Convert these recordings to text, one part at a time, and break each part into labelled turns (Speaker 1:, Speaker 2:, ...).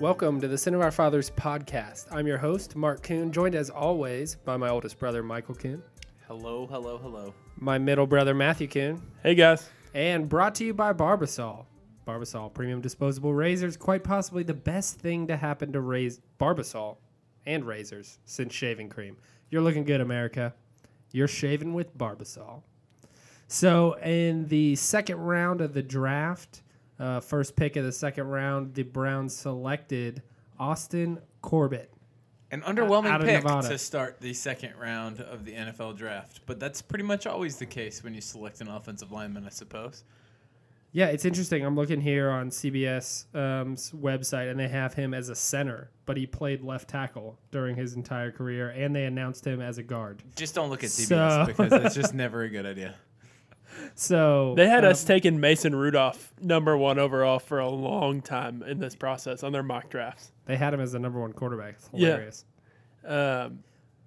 Speaker 1: Welcome to the Sin of Our Fathers podcast. I'm your host, Mark Kuhn, joined as always by my oldest brother, Michael Kuhn,
Speaker 2: Hello, hello, hello.
Speaker 1: my middle brother, Matthew Kuhn,
Speaker 3: Hey guys.
Speaker 1: and brought to you by Barbasol. Barbasol premium disposable razors, quite possibly the best thing to happen to raise Barbasol and razors since shaving cream. You're looking good, America. You're shaving with Barbasol. So, in the second round of the draft, uh, first pick of the second round, the Browns selected Austin Corbett.
Speaker 2: An underwhelming
Speaker 1: out of
Speaker 2: pick
Speaker 1: Nevada.
Speaker 2: to start the second round of the NFL draft, but that's pretty much always the case when you select an offensive lineman, I suppose.
Speaker 1: Yeah, it's interesting. I'm looking here on CBS um, 's website, and they have him as a center, but he played left tackle during his entire career, and they announced him as a guard.
Speaker 2: Just don't look at CBS
Speaker 1: So-
Speaker 2: because that's just never a good idea.
Speaker 1: So
Speaker 3: They had
Speaker 1: um,
Speaker 3: us taking Mason Rudolph number one overall for a long time in this process on their mock drafts.
Speaker 1: They had him as the number one quarterback. It's
Speaker 3: Yeah.
Speaker 1: hilarious.
Speaker 3: Um,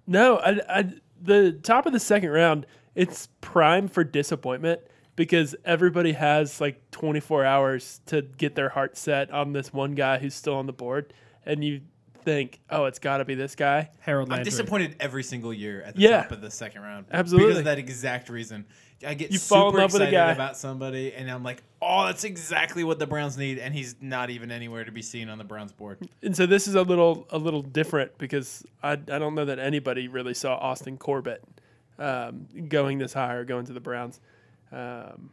Speaker 3: no, I, I, the top of the second round, it's prime for disappointment because everybody has like 24 hours to get their heart set on this one guy who's still on the board, and you think, oh, it's got to be this guy.
Speaker 1: Harold
Speaker 2: I'm
Speaker 1: Landry.
Speaker 2: disappointed every single year at the
Speaker 3: Yeah.
Speaker 2: top of the second round. Because
Speaker 3: Absolutely.
Speaker 2: of that exact reason. I get
Speaker 3: You
Speaker 2: super
Speaker 3: fall in love with a
Speaker 2: excited
Speaker 3: guy.
Speaker 2: about somebody, and I'm like, oh, that's exactly what the Browns need, and he's not even anywhere to be seen on the Browns board.
Speaker 3: And so this is a little a little different because I, I don't know that anybody really saw Austin Corbett um, going this high or going to the Browns, um,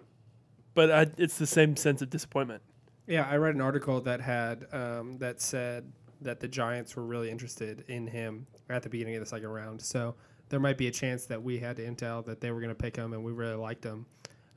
Speaker 3: but I, it's the same sense of disappointment.
Speaker 1: Yeah, I read an article that had um, that said that the Giants were really interested in him at the beginning of the second round. So there might be a chance that we had intel that they were going to pick him, and we really liked him.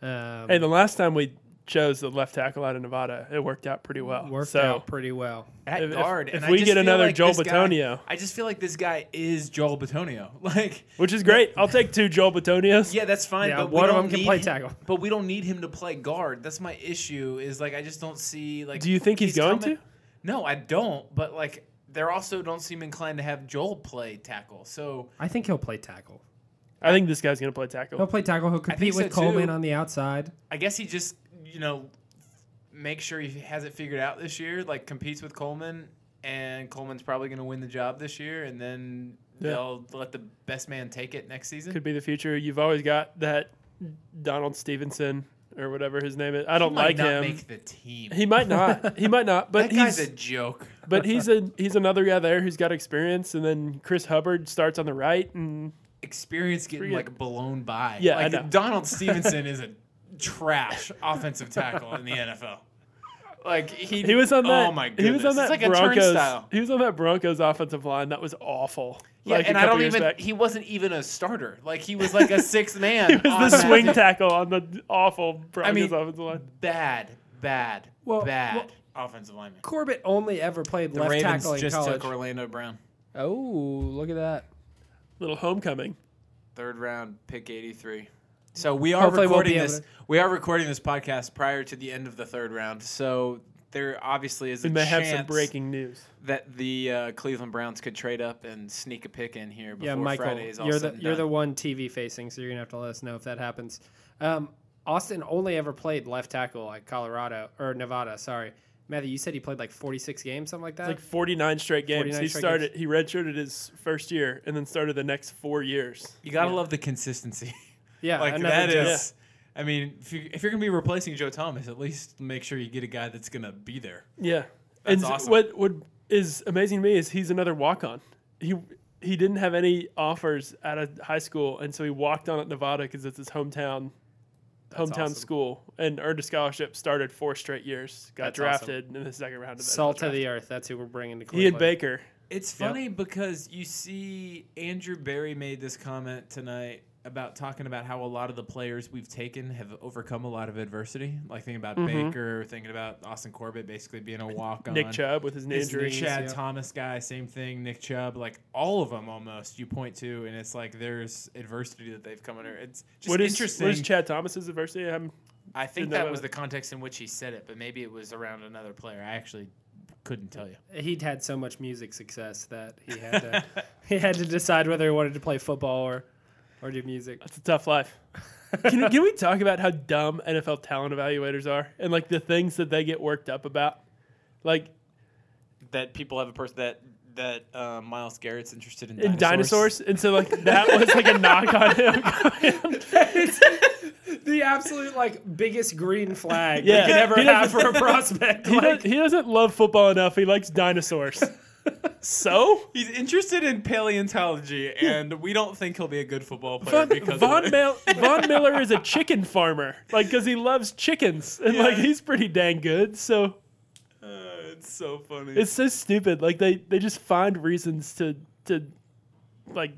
Speaker 1: Um,
Speaker 3: Hey, the last time we chose the left tackle out of Nevada, it worked out pretty well.
Speaker 1: worked
Speaker 3: so
Speaker 1: out pretty well.
Speaker 2: at
Speaker 3: If- if-
Speaker 2: guard.
Speaker 3: if
Speaker 2: and I
Speaker 3: we
Speaker 2: just
Speaker 3: get
Speaker 2: feel
Speaker 3: another
Speaker 2: like
Speaker 3: Joel
Speaker 2: this guy-
Speaker 3: Bitonio.
Speaker 2: I just feel like this guy is Joel Batonio. Like,
Speaker 3: which is great. I'll take two Joel Batonios.
Speaker 2: yeah, that's fine.
Speaker 1: Yeah,
Speaker 2: but we
Speaker 1: one of
Speaker 2: don't
Speaker 1: them can
Speaker 2: need
Speaker 1: play
Speaker 2: him-
Speaker 1: tackle.
Speaker 2: but we don't need him to play guard. That's my issue. Is like I just don't see like.
Speaker 3: Do you think he's going to?
Speaker 2: No, I don't. But like, they also don't seem inclined to have Joel play tackle. So
Speaker 1: I think he'll play tackle.
Speaker 3: I think this guy's going to play
Speaker 1: He'll
Speaker 3: tackle.
Speaker 1: play tackle. He'll
Speaker 2: think
Speaker 1: compete with
Speaker 2: so,
Speaker 1: Coleman
Speaker 2: too.
Speaker 1: on the outside.
Speaker 2: I guess he just you know make sure he has it figured out this year. Like competes with Coleman, and Coleman's probably going to win the job this year, and then.
Speaker 3: Yeah.
Speaker 2: They'll let the best man take it next season.
Speaker 3: Could be the future. You've always got that Donald Stevenson or whatever his name is. I don't
Speaker 2: He
Speaker 3: like
Speaker 2: might not
Speaker 3: him.
Speaker 2: Make the team.
Speaker 3: he might not. He might not. But
Speaker 2: that guy's
Speaker 3: he's
Speaker 2: a joke.
Speaker 3: But he's a he's another guy there who's got experience, and then Chris Hubbard starts on the right, and
Speaker 2: Experience getting
Speaker 3: Forget-
Speaker 2: like blown by.
Speaker 3: Yeah, I
Speaker 2: like
Speaker 3: know.
Speaker 2: Donald Stevenson is a trash offensive tackle in the NFL. Like he,
Speaker 3: he was on that.
Speaker 2: Oh my
Speaker 3: he
Speaker 2: goodness,
Speaker 3: was on that
Speaker 2: it's like a
Speaker 3: Broncos.
Speaker 2: turnstile.
Speaker 3: he was on that Broncos offensive line that was awful.
Speaker 2: Yeah,
Speaker 3: like a
Speaker 2: and I
Speaker 3: couple
Speaker 2: don't
Speaker 3: years
Speaker 2: even.
Speaker 3: back.
Speaker 2: He wasn't even a starter. Like he was like a sixth man.
Speaker 3: He was
Speaker 2: on
Speaker 3: the
Speaker 2: that
Speaker 3: swing
Speaker 2: team.
Speaker 3: tackle on the awful Broncos
Speaker 2: mean-
Speaker 3: offensive line.
Speaker 2: Bad, bad,
Speaker 1: Well,
Speaker 2: bad offensive lineman.
Speaker 1: Corbett only ever played
Speaker 2: The
Speaker 1: left
Speaker 2: Ravens
Speaker 1: tackle in
Speaker 2: just
Speaker 1: college.
Speaker 2: took Orlando Brown,
Speaker 1: oh, look at that!
Speaker 3: Little homecoming.
Speaker 2: third round pick eighty three. So we are
Speaker 1: Hopefully we'll be
Speaker 2: recording
Speaker 1: able
Speaker 2: this.
Speaker 1: to-
Speaker 2: We are recording this podcast prior to the end of the third round. So there obviously is a
Speaker 3: We may have
Speaker 2: chance
Speaker 3: some breaking news.
Speaker 2: that the uh, Cleveland Browns could trade up and sneak a pick in here before
Speaker 1: Yeah, Michael,
Speaker 2: Friday is all
Speaker 1: you're
Speaker 2: said
Speaker 1: the
Speaker 2: and
Speaker 1: you're the
Speaker 2: done.
Speaker 1: one TV facing, so you're gonna have to let us know if that happens. Um, Austin only ever played left tackle at Colorado or Nevada. Sorry, Matthew, you said he played like 46 games, something like that.
Speaker 3: It's like 49 straight games.
Speaker 1: 49
Speaker 3: he
Speaker 1: straight
Speaker 3: started. He redshirted his first year, and then started the next four years.
Speaker 2: You gotta love the consistency.
Speaker 1: yeah,
Speaker 2: like
Speaker 1: Uh, another
Speaker 2: that
Speaker 1: joke.
Speaker 2: is. I mean, if, you, if you're gonna be replacing Joe Thomas, at least make sure you get a guy that's gonna be there.
Speaker 3: Yeah,
Speaker 2: That's
Speaker 3: and
Speaker 2: awesome.
Speaker 3: what what is amazing to me is he's another walk on. He he didn't have any offers out of high school, and so he walked on at Nevada because it's his hometown hometown
Speaker 1: awesome.
Speaker 3: school, and earned a scholarship. Started four straight years, got
Speaker 1: That's awesome.
Speaker 3: drafted in the second round of the
Speaker 1: salt
Speaker 3: NFL
Speaker 1: of
Speaker 3: draft.
Speaker 1: the earth. That's who we're bringing to
Speaker 3: He
Speaker 1: Cleveland.
Speaker 3: and Baker.
Speaker 2: It's
Speaker 3: Yep.
Speaker 2: funny because you see Andrew Barry made this comment tonight about talking about how a lot of the players we've taken have overcome a lot of adversity. Like thinking about Baker, thinking about Austin Corbett basically being a walk on.
Speaker 3: Nick Chubb with his knee
Speaker 2: His
Speaker 3: injury.
Speaker 2: Chad
Speaker 1: yeah.
Speaker 2: Thomas guy, same thing. Nick Chubb, like all of them almost you point to, and it's like there's adversity that they've come under. It's just
Speaker 3: What is,
Speaker 2: interesting.
Speaker 3: what is Chad Thomas's adversity? Um, I'm,
Speaker 2: I think
Speaker 3: Didn't know
Speaker 2: that
Speaker 3: about
Speaker 2: was
Speaker 3: it.
Speaker 2: the context in which he said it, but maybe it was around another player. I actually couldn't tell you.
Speaker 1: He'd had so much music success that he had to he had to decide whether he wanted to play football or or do music.
Speaker 3: that's a tough life. can, can we talk about how dumb NFL talent evaluators are and like the things that they get worked up about? Like
Speaker 2: that people have a person that that uh, Miles Garrett's interested in
Speaker 3: in dinosaurs, and so like that was like a knock on him.
Speaker 1: the absolute like biggest green flag
Speaker 3: Yeah.
Speaker 1: you could ever
Speaker 3: He
Speaker 1: have
Speaker 3: doesn't-
Speaker 1: for a prospect.
Speaker 3: he,
Speaker 1: Like,
Speaker 3: does, he doesn't love football enough. He likes dinosaurs. so
Speaker 2: He's interested in paleontology, and we don't think he'll be a good football player
Speaker 3: Von,
Speaker 2: because of
Speaker 3: Von,
Speaker 2: it.
Speaker 3: Mil- Von Miller is a chicken farmer, like because he loves chickens, and like
Speaker 2: Yeah.
Speaker 3: he's pretty dang good. So
Speaker 2: Uh, it's so funny.
Speaker 3: it's so stupid. Like they they just find reasons to to like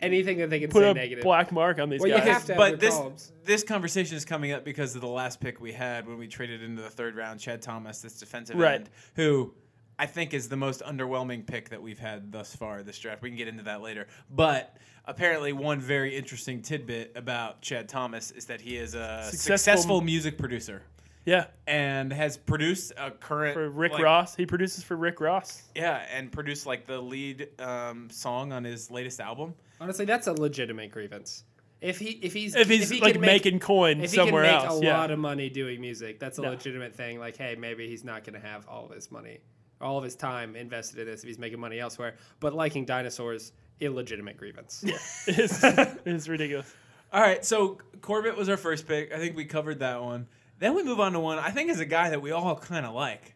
Speaker 1: anything that they can
Speaker 3: put
Speaker 1: say
Speaker 3: a
Speaker 1: negative.
Speaker 3: black mark on these
Speaker 1: Well, you
Speaker 3: guys.
Speaker 1: have to have
Speaker 2: but
Speaker 1: their
Speaker 2: this
Speaker 1: columns.
Speaker 2: this conversation is coming up because of the last pick we had when we traded into the third round, Chad Thomas, this defensive
Speaker 3: Right.
Speaker 2: end, who I think is the most underwhelming pick that we've had thus far this draft. We can get into that later, but apparently one very interesting tidbit about Chad Thomas is that he is a
Speaker 3: Successful-
Speaker 2: successful, music producer
Speaker 3: yeah,
Speaker 2: and has produced a current
Speaker 3: for Rick
Speaker 2: like,
Speaker 3: Ross, he produces for Rick Ross.
Speaker 2: Yeah, and produced like the lead um, song on his latest album.
Speaker 1: Honestly, that's a legitimate grievance. If he if he's
Speaker 3: If he's
Speaker 1: he
Speaker 3: like
Speaker 1: can
Speaker 3: making coin
Speaker 1: if he can
Speaker 3: somewhere
Speaker 1: make
Speaker 3: else,
Speaker 1: a
Speaker 3: yeah.
Speaker 1: lot of money doing music, that's a
Speaker 3: No.
Speaker 1: legitimate thing. Like, hey, maybe he's not going to have all of his money, all of his time invested in this if he's making money elsewhere. But liking dinosaurs, illegitimate grievance. Yeah.
Speaker 3: it's, it's ridiculous.
Speaker 2: All right, so Corbett was our first pick. I think we covered that one. Then we move on to one I think is a guy that we all kind of like.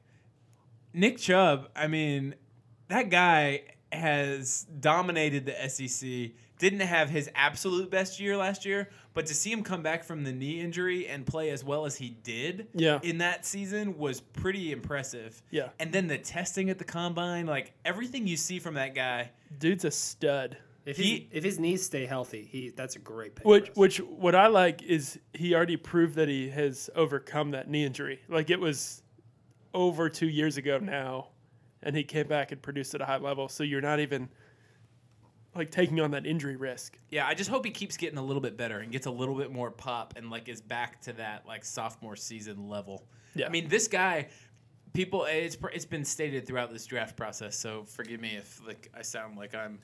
Speaker 2: Nick Chubb, I mean, that guy has dominated the SEC. Didn't have his absolute best year last year, but to see him come back from the knee injury and play as well as he did
Speaker 3: Yeah.
Speaker 2: in that season was pretty impressive.
Speaker 3: Yeah.
Speaker 2: And then the testing at the combine, like everything you see from that guy.
Speaker 3: Dude's a stud.
Speaker 1: If
Speaker 2: He-
Speaker 1: he, if his knees stay healthy, he that's a great pick.
Speaker 3: Which,
Speaker 1: for us.
Speaker 3: which, what I like is he already proved that he has overcome that knee injury. Like it was over two years ago now, and he came back and produced at a high level. So you're not even like taking on that injury risk.
Speaker 2: Yeah, I just hope he keeps getting a little bit better and gets a little bit more pop and like is back to that like sophomore season level.
Speaker 3: Yeah.
Speaker 2: I mean, this guy, people, it's pr- it's been stated throughout this draft process. So forgive me if like I sound like I'm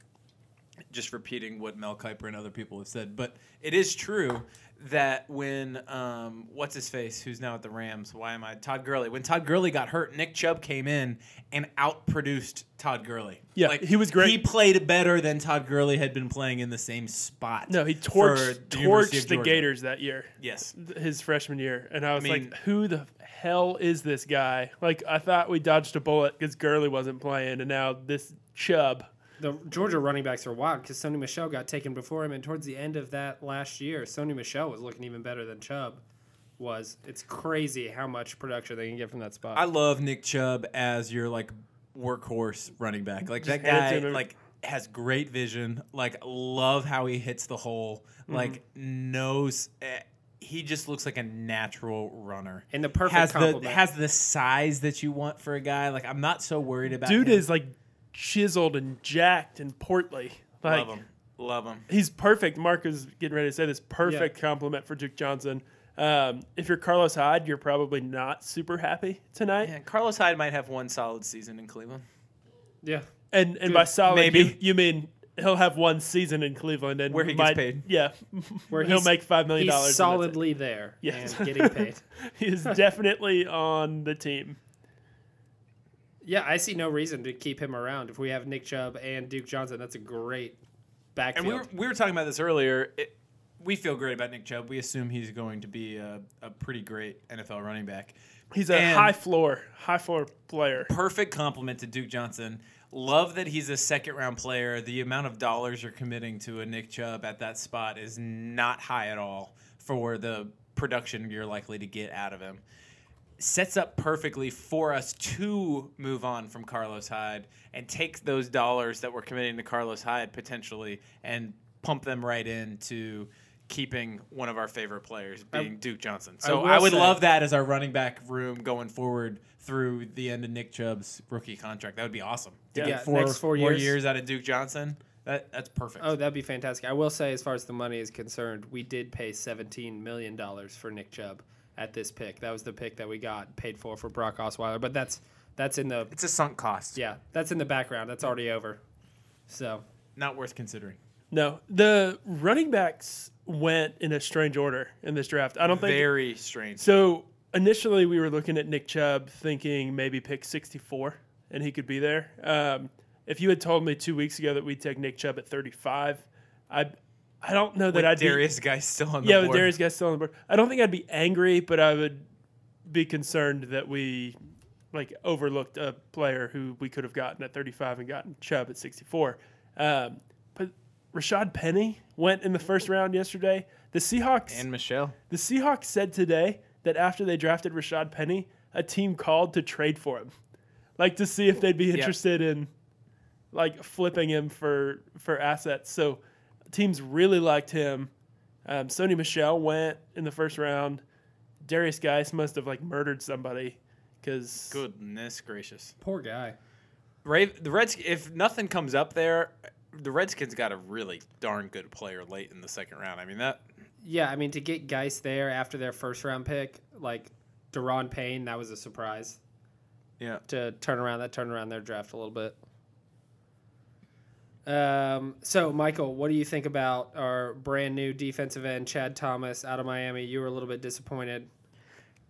Speaker 2: just repeating what Mel Kiper and other people have said, but it is true that when um, what's his face, who's now at the Rams, why am I Todd Gurley? When Todd Gurley got hurt, Nick Chubb came in and outproduced Todd Gurley.
Speaker 3: Yeah, he was great.
Speaker 2: He played better than Todd Gurley had been playing in the same spot.
Speaker 3: No, he
Speaker 2: for
Speaker 3: torched
Speaker 2: the University of
Speaker 3: torched the
Speaker 2: Georgia.
Speaker 3: Gators that year,
Speaker 2: Yes,
Speaker 3: th- his freshman year, and I was
Speaker 2: mean-
Speaker 3: like, who the hell is this guy? Like I thought we dodged a bullet because Gurley wasn't playing, and now this Chubb.
Speaker 1: the Georgia running backs are wild because Sony Michelle got taken before him, and towards the end of that last year, Sony Michelle was looking even better than Chubb was. It's crazy how much production they can get from that spot.
Speaker 2: I love Nick Chubb as your like workhorse running back. Like that
Speaker 3: hand it
Speaker 2: guy,
Speaker 3: to him.
Speaker 2: like has great vision. Like love how he hits the hole. Like knows. eh, he just looks like a natural runner.
Speaker 1: And the perfect
Speaker 2: has the
Speaker 1: compliment.
Speaker 2: has the size that you want for a guy. Like I'm not so worried about.
Speaker 3: Dude
Speaker 2: him.
Speaker 3: is like chiseled and jacked and portly. Like,
Speaker 2: love him, love him.
Speaker 3: he's perfect. Mark is getting ready to say this perfect compliment for Duke Johnson. Um, if you're Carlos Hyde, you're probably not super happy tonight.
Speaker 2: Yeah, Carlos Hyde might have one solid season in Cleveland.
Speaker 1: yeah.
Speaker 3: And and by solid,
Speaker 2: maybe.
Speaker 3: You, you mean he'll have one season in Cleveland and
Speaker 2: Where he gets
Speaker 3: might-
Speaker 2: paid.
Speaker 3: Yeah,
Speaker 1: Where
Speaker 3: he'll
Speaker 1: he's-
Speaker 3: make five million
Speaker 1: He's
Speaker 3: dollars. and that's it.
Speaker 1: solidly there
Speaker 3: Yes.
Speaker 1: and getting paid.
Speaker 3: he is definitely on the team.
Speaker 1: Yeah, I see no reason to keep him around if we have Nick Chubb and Duke Johnson. That's a great
Speaker 2: And
Speaker 1: backfield.
Speaker 2: we were, we were talking about this earlier. It, we feel great about Nick Chubb. We assume he's going to be a, a pretty great NFL running back.
Speaker 3: He's a
Speaker 2: And-
Speaker 3: high floor, high floor player.
Speaker 2: perfect compliment to Duke Johnson. Love that he's a second round player. The amount of dollars you're committing to a Nick Chubb at that spot is not high at all for the production you're likely to get out of him. Sets up perfectly for us to move on from Carlos Hyde and take those dollars that we're committing to Carlos Hyde potentially and pump them right into keeping one of our favorite players being Duke Johnson. So
Speaker 1: will
Speaker 2: I, would
Speaker 1: say-
Speaker 2: love that as our running back room going forward through the end of Nick Chubb's rookie contract. That would be awesome. To
Speaker 1: Yeah.
Speaker 2: get
Speaker 1: Yeah,
Speaker 2: four,
Speaker 1: next four
Speaker 2: more
Speaker 1: years.
Speaker 2: years out of Duke Johnson, that that's perfect.
Speaker 1: Oh, that'd be fantastic. I will say, as far as the money is concerned, we did pay seventeen million dollars for Nick Chubb at this pick. That was the pick that we got paid for for Brock Osweiler, but that's that's in the
Speaker 2: it's a sunk cost.
Speaker 1: yeah, that's in the background. That's already over. So
Speaker 2: Not worth considering.
Speaker 3: No, the running backs went in a strange order in this draft. I don't think
Speaker 2: Very strange.
Speaker 3: So initially, we were looking at Nick Chubb, thinking maybe pick 64, and he could be there. Um, if you had told me two weeks ago that we'd take Nick Chubb at 35, I I don't know that
Speaker 2: With
Speaker 3: I'd be
Speaker 2: Darius Guy still on the
Speaker 3: yeah,
Speaker 2: board.
Speaker 3: with Darius Guy still on the board. I don't think I'd be angry, but I would be concerned that we like overlooked a player who we could have gotten at 35 and gotten Chubb at 64. Um, but Rashad Penny went in the first round yesterday. The Seahawks
Speaker 2: and Michelle.
Speaker 3: the Seahawks said today that after they drafted Rashad Penny, a team called to trade for him, like to see if they'd be interested in like flipping him for for assets. So teams really liked him. Um, Sony Michelle went in the first round. Darius Geis must have like murdered somebody because
Speaker 2: Goodness gracious.
Speaker 1: Poor guy.
Speaker 2: Rave, the Reds. If nothing comes up there, the Redskins got a really darn good player late in the second round. I mean that.
Speaker 1: Yeah, I mean to get Geist there after their first round pick, like Deron Payne, that was a surprise.
Speaker 2: Yeah.
Speaker 1: To turn around that turned around their draft a little bit. Um, so Michael, what do you think about our brand new defensive end Chad Thomas out of Miami? You were a little bit disappointed.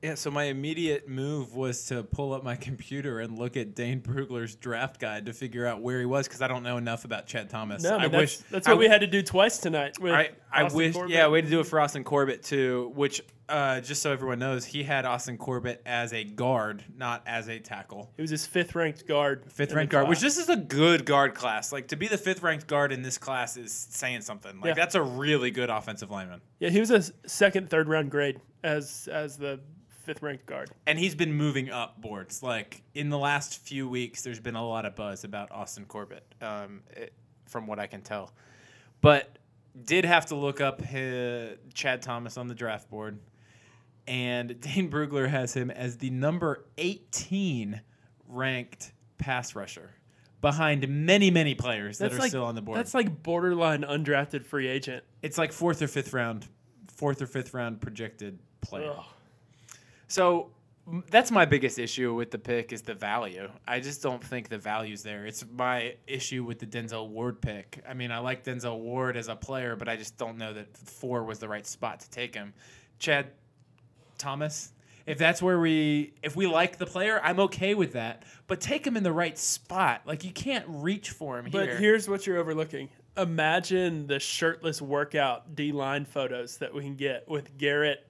Speaker 2: Yeah. So my immediate move was to pull up my computer and look at Dane Brugler's draft guide to figure out where he was because I don't know enough about Chad Thomas.
Speaker 3: no, I
Speaker 2: I
Speaker 3: that's,
Speaker 2: wish
Speaker 3: that's what
Speaker 2: I-
Speaker 3: we had to do twice tonight. With
Speaker 2: I, I
Speaker 3: Austin
Speaker 2: wish,
Speaker 3: Corbett.
Speaker 2: yeah, way to do it for Austin Corbett too. Which, uh, just so everyone knows, he had Austin Corbett as a guard, not as a tackle.
Speaker 3: It was his fifth ranked guard.
Speaker 2: Fifth
Speaker 3: in
Speaker 2: ranked
Speaker 3: the
Speaker 2: guard, which
Speaker 3: class.
Speaker 2: this is a good guard class. Like to be the fifth ranked guard in this class is saying something. Like
Speaker 3: Yeah.
Speaker 2: that's a really good offensive lineman,
Speaker 3: Yeah, he was a s- second, third round grade as as the fifth ranked guard.
Speaker 2: and he's been moving up boards. Like in the last few weeks, there's been a lot of buzz about Austin Corbett, um, it, from what I can tell. But did have to look up hi Chad Thomas on the draft board. and Dane Brugler has him as the number 18 ranked pass rusher behind many, many players that are still on the board.
Speaker 3: That's like borderline undrafted free agent.
Speaker 2: it's like fourth or fifth round, fourth or fifth round projected player.
Speaker 3: Ugh.
Speaker 2: So m- that's my biggest issue with the pick is the value. I just don't think the value's there. It's my issue with the Denzel Ward pick. I mean, I like Denzel Ward as a player, but I just don't know that four was the right spot to take him. Chad Thomas. If that's where we, if we like the player, I'm okay with that. But take him in the right spot. Like you can't reach for him
Speaker 3: But
Speaker 2: here.
Speaker 3: here's what you're overlooking. Imagine the shirtless workout D line photos that we can get with Garrett,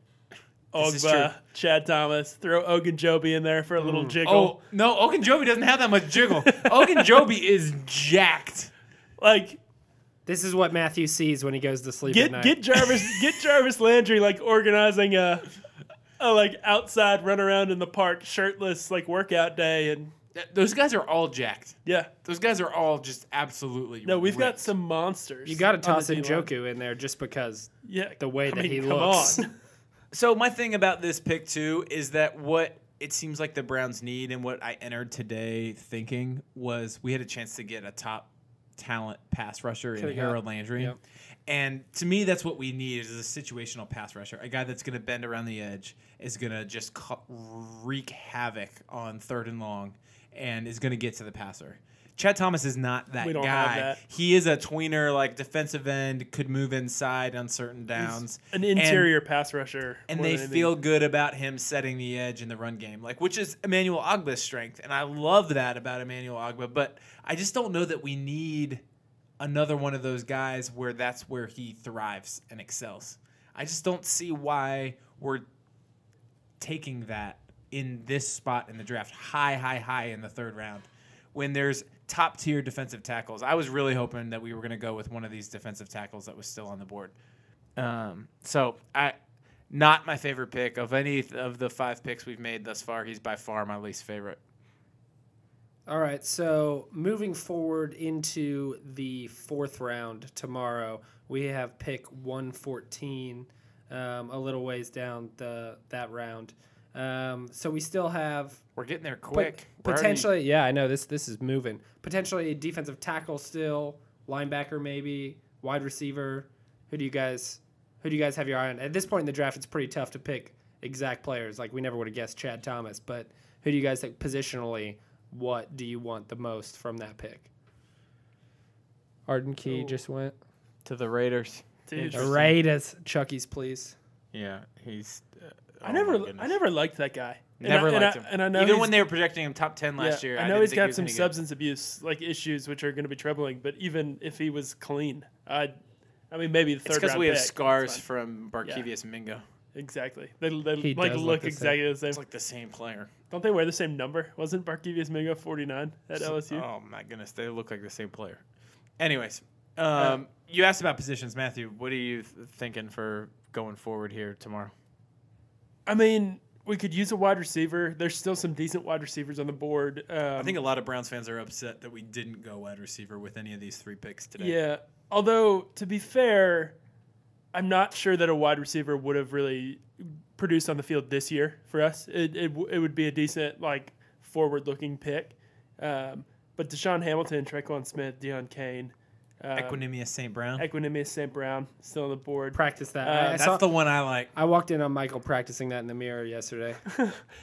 Speaker 2: This is
Speaker 3: Ogba,
Speaker 2: true.
Speaker 3: Chad Thomas. Throw Ogunjobi in there for a little
Speaker 2: oh
Speaker 3: jiggle.
Speaker 2: no, Ogunjobi doesn't have that much jiggle. Ogunjobi is jacked.
Speaker 3: Like
Speaker 1: This is what Matthew sees when he goes to sleep at
Speaker 3: get
Speaker 1: night.
Speaker 3: get Jarvis get Jarvis Landry like organizing a, a like outside run around in the park shirtless like workout day and
Speaker 2: Th- Those guys are all jacked.
Speaker 3: yeah.
Speaker 2: Those guys are all just absolutely.
Speaker 3: No, we've got
Speaker 2: ripped.
Speaker 3: some monsters.
Speaker 1: you got to
Speaker 3: on
Speaker 1: toss
Speaker 3: the
Speaker 1: in
Speaker 3: D-line.
Speaker 1: Joku in there just because.
Speaker 3: Yeah,
Speaker 1: the way that he
Speaker 3: come
Speaker 1: looks.
Speaker 3: on.
Speaker 2: So my thing about this pick too is that what it seems like the Browns need, and what I entered today thinking was we had a chance to get a top talent pass rusher in
Speaker 1: Could've got-
Speaker 2: Harold Landry,
Speaker 1: yep.
Speaker 2: and to me that's what we need is a situational pass rusher, a guy that's going to bend around the edge, is going to just ca- wreak havoc on third and long, and is going to get to the passer. Chad Thomas is not that
Speaker 3: We don't
Speaker 2: guy.
Speaker 3: have that.
Speaker 2: He is a tweener, like defensive end, could move inside on certain downs.
Speaker 3: An
Speaker 2: And-
Speaker 3: interior pass rusher,
Speaker 2: and
Speaker 3: more
Speaker 2: they
Speaker 3: than anything.
Speaker 2: feel good about him setting the edge in the run game, like which is Emmanuel Ogba's strength, and I love that about Emmanuel Ogba. But I just don't know that we need another one of those guys where that's where he thrives and excels. I just don't see why we're taking that in this spot in the draft, high, high, high in the third round, when there's top tier defensive tackles. I was really hoping that we were going to go with one of these defensive tackles that was still on the board. Um, so I, not my favorite pick of any th- of the five picks we've made thus far. He's by far my least favorite.
Speaker 1: All right, so moving forward into the fourth round tomorrow, we have pick 114 um, a little ways down the that round. Um, so we still have
Speaker 2: We're getting there
Speaker 1: pot-
Speaker 2: quick. We're already-
Speaker 1: potentially, yeah, I know this this is moving. Potentially a defensive tackle still, linebacker maybe, wide receiver. Who do you guys who do you guys have your eye on? At this point in the draft, it's pretty tough to pick exact players. Like we never would have guessed Chad Thomas, but who do you guys think positionally? What do you want the most from that pick? Arden Key
Speaker 3: Ooh.
Speaker 1: just went.
Speaker 2: to the Raiders.
Speaker 3: Dude,
Speaker 2: Interesting.
Speaker 1: Raiders, Chucky's, please.
Speaker 2: Yeah, he's. Uh,
Speaker 3: I never, I never liked that guy.
Speaker 4: Oh Never
Speaker 3: and I,
Speaker 4: liked
Speaker 3: and
Speaker 4: him.
Speaker 3: I, and I know
Speaker 4: Even
Speaker 3: he's-
Speaker 4: when they were projecting him top ten last
Speaker 3: yeah,
Speaker 4: year,
Speaker 3: I
Speaker 4: didn't
Speaker 3: know he's
Speaker 4: think he
Speaker 3: got
Speaker 4: was
Speaker 3: some
Speaker 4: any good.
Speaker 3: substance abuse like issues, which are going to be troubling. But even if he was clean, I, I mean, maybe the third
Speaker 4: It's because
Speaker 3: round
Speaker 4: we have
Speaker 3: pick, it's
Speaker 4: scars
Speaker 3: fine.
Speaker 4: from Barkevius Mingo.
Speaker 3: Exactly. They, they
Speaker 1: He
Speaker 3: like
Speaker 1: does
Speaker 3: look,
Speaker 1: look the same.
Speaker 3: exactly the same.
Speaker 4: It's like the same player.
Speaker 3: Don't they wear the same number? Wasn't Barkevius Mingo forty nine at LSU?
Speaker 4: Oh my goodness, they look like the same player. Anyways, um, you asked about positions, Matthew. What are you th- thinking for going forward here tomorrow?
Speaker 3: I mean, we could use a wide receiver. There's still some decent wide receivers on the board. Um,
Speaker 2: I think a lot of Browns fans are upset that we didn't go wide receiver with any of these three picks today.
Speaker 3: Yeah. Although to be fair, I'm not sure that a wide receiver would have really produced on the field this year for us. It it, w- it would be a decent like forward looking pick. Um, but Deshaun Hamilton, Trequan Smith, Deion Kane, um,
Speaker 2: Equinemius St. Brown.
Speaker 3: Equanimous St. Brown still on the board.
Speaker 1: Practice that.
Speaker 3: Uh,
Speaker 1: I, I
Speaker 2: That's
Speaker 1: saw,
Speaker 2: the one I like.
Speaker 1: I walked in on Michael practicing that in the mirror yesterday.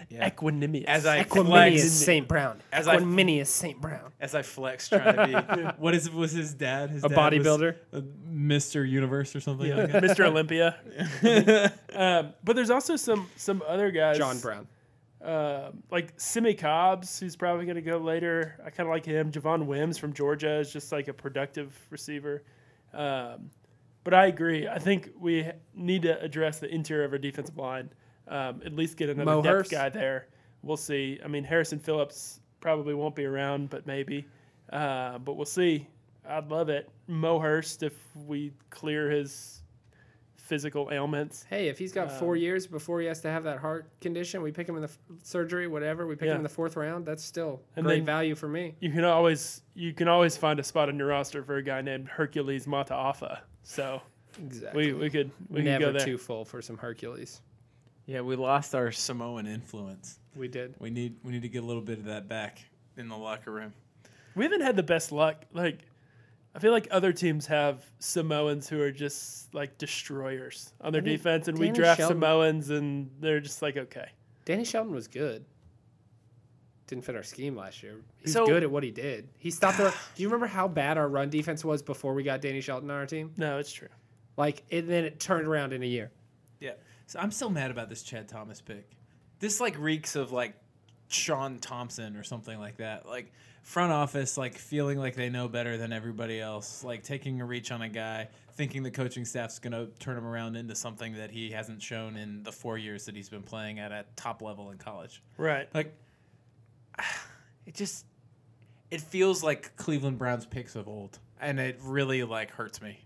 Speaker 2: Yeah.
Speaker 3: Equanimous.
Speaker 4: As I
Speaker 1: Equiminius
Speaker 4: flex,
Speaker 1: St. Brown.
Speaker 4: As I-
Speaker 1: Equiminius St. Brown.
Speaker 4: as I flex, trying to be.
Speaker 2: What is was his dad? His
Speaker 1: A
Speaker 2: dad was
Speaker 1: bodybuilder?
Speaker 2: a Mr. Universe or something like that.
Speaker 3: Mr. Olympia. um, but there's also some some other guys.
Speaker 1: John Brown.
Speaker 3: um, like Simi Cobbs, who's probably going to go later. I kind of like him. Javon Wims from Georgia is just like a productive receiver. Um, but I agree. I think we need to address the interior of our defensive line. Um, at least get another
Speaker 1: Mo
Speaker 3: depth
Speaker 1: Hurst.
Speaker 3: guy there. We'll see. I mean, Harrison Phillips probably won't be around, but maybe. Uh, but we'll see. I'd love it. Mo Hurst, if we clear his physical ailments.
Speaker 1: Hey, if he's got four years before he has to have that heart condition, we pick him in the f- surgery, whatever. We pick
Speaker 3: Yeah.
Speaker 1: him in the fourth round. That's still
Speaker 3: And
Speaker 1: great
Speaker 3: then-
Speaker 1: value for me.
Speaker 3: you can always you can always find a spot on your roster for a guy named Hercules Mataafa. So
Speaker 1: Exactly.
Speaker 3: we, we could we could
Speaker 1: Never
Speaker 3: go there.
Speaker 1: too full for some Hercules.
Speaker 4: yeah, we lost our s-
Speaker 2: Samoan influence.
Speaker 1: We did.
Speaker 2: We need we need to get a little bit of that back.
Speaker 4: in the locker room.
Speaker 3: We haven't had the best luck. Like I feel like other teams have Samoans who are just like destroyers on their
Speaker 1: I mean,
Speaker 3: defense, and we
Speaker 1: Danny
Speaker 3: draft
Speaker 1: Shelton-
Speaker 3: Samoans and they're just like okay.
Speaker 1: Danny Shelton was good. Didn't fit our scheme last year. He's
Speaker 4: So-
Speaker 1: good at what he did. He stopped our. Do you remember how bad our run defense was before we got Danny Shelton on our team?
Speaker 3: No, it's true.
Speaker 1: Like, and then it turned around in a year.
Speaker 2: Yeah. So I'm still mad about this Chad Thomas pick.
Speaker 4: This like reeks of like
Speaker 2: Sean Thompson or something like that. Like front office, like feeling like they know better than everybody else, like taking a reach on a guy, thinking the coaching staff's gonna turn him around into something that he hasn't shown in the four years that he's been playing at a top level in college.
Speaker 3: Right.
Speaker 2: Like it just it feels like Cleveland Browns picks of old. And it really like hurts me.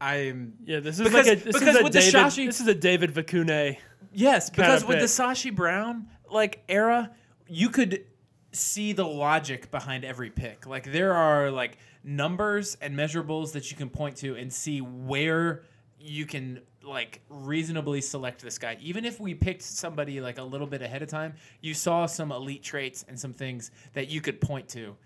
Speaker 2: I'm
Speaker 3: Yeah, this is
Speaker 2: Because-
Speaker 3: like a this
Speaker 2: because
Speaker 3: is a
Speaker 2: with the
Speaker 3: David,
Speaker 2: Shashi-
Speaker 3: this is a David Vacune.
Speaker 2: Yes, because
Speaker 3: of
Speaker 2: with the
Speaker 3: pick.
Speaker 2: Sashi Brown like era, you could see the logic behind every pick. Like there are like numbers and measurables that you can point to and see where you can like reasonably select this guy. Even if we picked somebody like a little bit ahead of time, you saw some elite traits and some things that you could point to.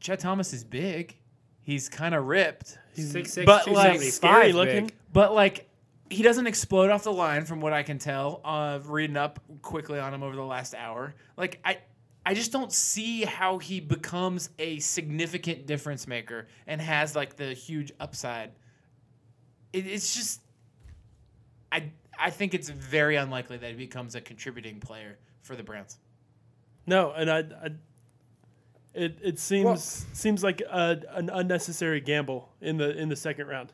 Speaker 2: Chet Thomas is big. He's kind of ripped.
Speaker 1: Six six,
Speaker 2: but,
Speaker 1: but
Speaker 2: like,
Speaker 3: Mm, scary looking.
Speaker 2: But like he doesn't explode off the line from what I can tell, uh, reading up quickly on him over the last hour. Like I I just don't see how he becomes a significant difference maker and has like the huge upside. It, it's just I I think it's very unlikely that he becomes a contributing player for the Browns.
Speaker 3: No, and I, I it it seems
Speaker 1: Well-
Speaker 3: seems like a, an unnecessary gamble in the in the second round.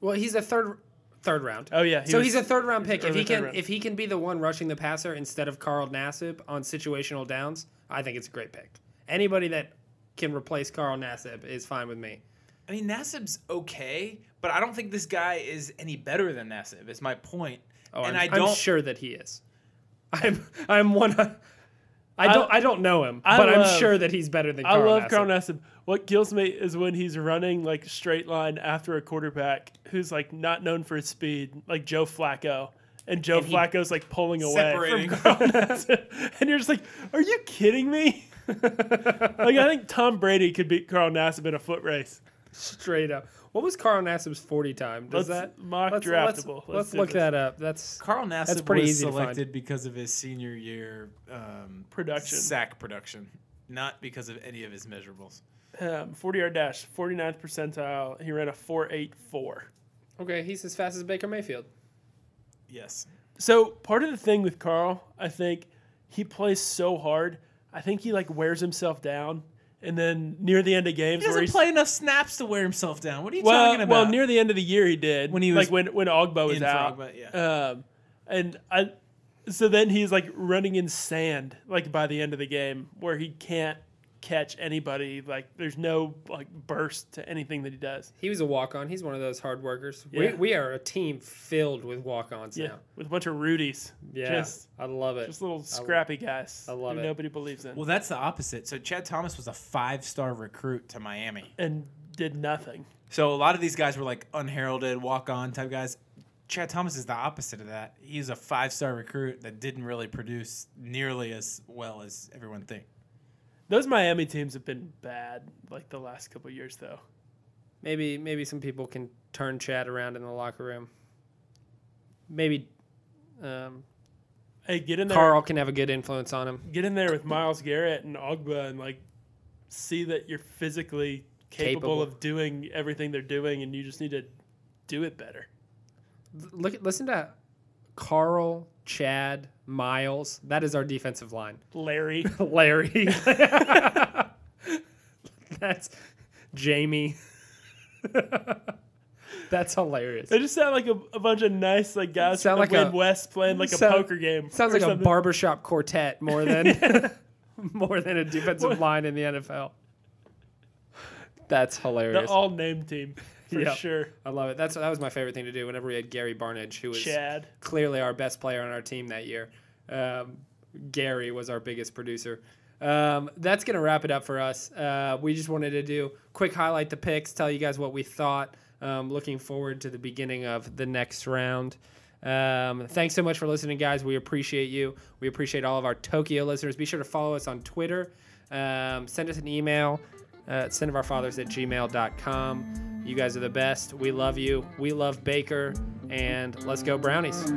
Speaker 1: Well, he's a third third round.
Speaker 3: Oh yeah, he
Speaker 1: so
Speaker 3: was-
Speaker 1: he's a third round pick. If
Speaker 3: early
Speaker 1: he
Speaker 3: third
Speaker 1: can
Speaker 3: round.
Speaker 1: if he can be the one rushing the passer instead of Carl Nassib on situational downs, I think it's a great pick. Anybody that can replace Carl Nassib is fine with me.
Speaker 4: I mean, Nassib's okay, but I don't think this guy is any better than Nassib. Is my point.
Speaker 1: Oh,
Speaker 4: and
Speaker 1: I'm,
Speaker 4: I
Speaker 1: I'm
Speaker 4: don't.
Speaker 1: sure that he is. I'm I'm one. I don't I, don't know him,
Speaker 3: I
Speaker 1: but
Speaker 3: love-
Speaker 1: I'm sure that he's better than.
Speaker 3: I
Speaker 1: Carl
Speaker 3: love
Speaker 1: Nassib.
Speaker 3: Carl Nassib. What kills me is when he's running like straight line after a quarterback who's like not known for his speed, like Joe Flacco. And Joe
Speaker 4: he-
Speaker 3: Flacco's like pulling away
Speaker 4: Separating.
Speaker 3: from Carl Nassib. And you're just like, are you kidding me? like I think Tom Brady could beat Carl Nassib in a foot race.
Speaker 1: Straight up. What was Carl Nassib's forty time? Does
Speaker 3: Let's
Speaker 1: that
Speaker 3: mock
Speaker 1: let's, let's,
Speaker 3: draftable. Let's
Speaker 1: let's
Speaker 3: do
Speaker 1: look
Speaker 3: this.
Speaker 1: that up. That's
Speaker 4: Carl Nassib
Speaker 1: That's pretty
Speaker 4: was
Speaker 1: easy to find.
Speaker 4: selected because of his senior year um,
Speaker 3: Production.
Speaker 4: sack production, not because of any of his measurables.
Speaker 3: Um, 40 yard dash, 49th percentile. He ran a 4.84.
Speaker 1: okay. He's as fast as Baker Mayfield.
Speaker 4: Yes,
Speaker 3: So part of the thing with Carl, I think he plays so hard. I think he like wears himself down, and then near the end of games
Speaker 2: He
Speaker 3: where
Speaker 2: doesn't
Speaker 3: he's
Speaker 2: play enough snaps to wear himself down. What are you
Speaker 3: well,
Speaker 2: talking about?
Speaker 3: well, near the end of the year he did
Speaker 2: When he was
Speaker 3: like when when Ogba was
Speaker 2: in for
Speaker 3: out,
Speaker 2: Ogba, yeah.
Speaker 3: um, and I. So then he's like running in sand, like by the end of the game, where he can't catch anybody. Like there's no like burst to anything that he does.
Speaker 1: He was a walk on. He's one of those hard workers.
Speaker 3: Yeah.
Speaker 1: We, we are a team filled with walk ons
Speaker 3: Yeah,
Speaker 1: now.
Speaker 3: with a bunch of Rudies.
Speaker 1: Yeah.
Speaker 3: just
Speaker 1: I love it.
Speaker 3: just little scrappy guys.
Speaker 1: I love
Speaker 3: who
Speaker 1: it.
Speaker 3: Nobody believes in.
Speaker 2: well, that's the opposite. So Chad Thomas was a five-star recruit to Miami.
Speaker 3: and did nothing.
Speaker 2: So a lot of these guys were like unheralded, walk on type guys. Chad Thomas is the opposite of that. He's a five star recruit that didn't really produce nearly as well as everyone think.
Speaker 3: Those Miami teams have been bad like the last couple of years though.
Speaker 1: Maybe maybe some people can turn Chad around in the locker room. Maybe um,
Speaker 3: Hey, get in there
Speaker 1: Carl can have a good influence on him.
Speaker 3: get in there with Miles Garrett and Ogba and like see that you're physically capable,
Speaker 1: Capable.
Speaker 3: of doing everything they're doing and you just need to do it better.
Speaker 1: Look, listen to Carl, Chad, Miles. That is our defensive line.
Speaker 3: Larry.
Speaker 1: Larry. That's Jamie. That's hilarious.
Speaker 3: They just sound like a, a bunch of nice like guys
Speaker 1: Sound
Speaker 3: from
Speaker 1: like
Speaker 3: the
Speaker 1: a-
Speaker 3: Wind West playing like
Speaker 1: sound-
Speaker 3: a poker game.
Speaker 1: Sounds
Speaker 3: or
Speaker 1: like a
Speaker 3: something.
Speaker 1: barbershop quartet more than more than a defensive line in the NFL. That's
Speaker 3: the
Speaker 1: hilarious.
Speaker 3: all name team for
Speaker 1: Yeah.
Speaker 3: sure.
Speaker 1: I love it. That's that was my favorite thing to do. Whenever we had Gary Barnidge, who was
Speaker 3: Chad.
Speaker 1: clearly our best player on our team that year, um, Gary was our biggest producer. Um, that's gonna wrap it up for us. Uh, we just wanted to do quick highlight the picks, tell you guys what we thought. Um, looking forward to the beginning of the next round. Um, thanks so much for listening, guys. We appreciate you. We appreciate all of our Tokyo listeners. Be sure to follow us on Twitter. Um, send us an email, uh, sinofourfathers at gmail.com. You guys are the best. We love you. We love Baker. And let's go, Brownies.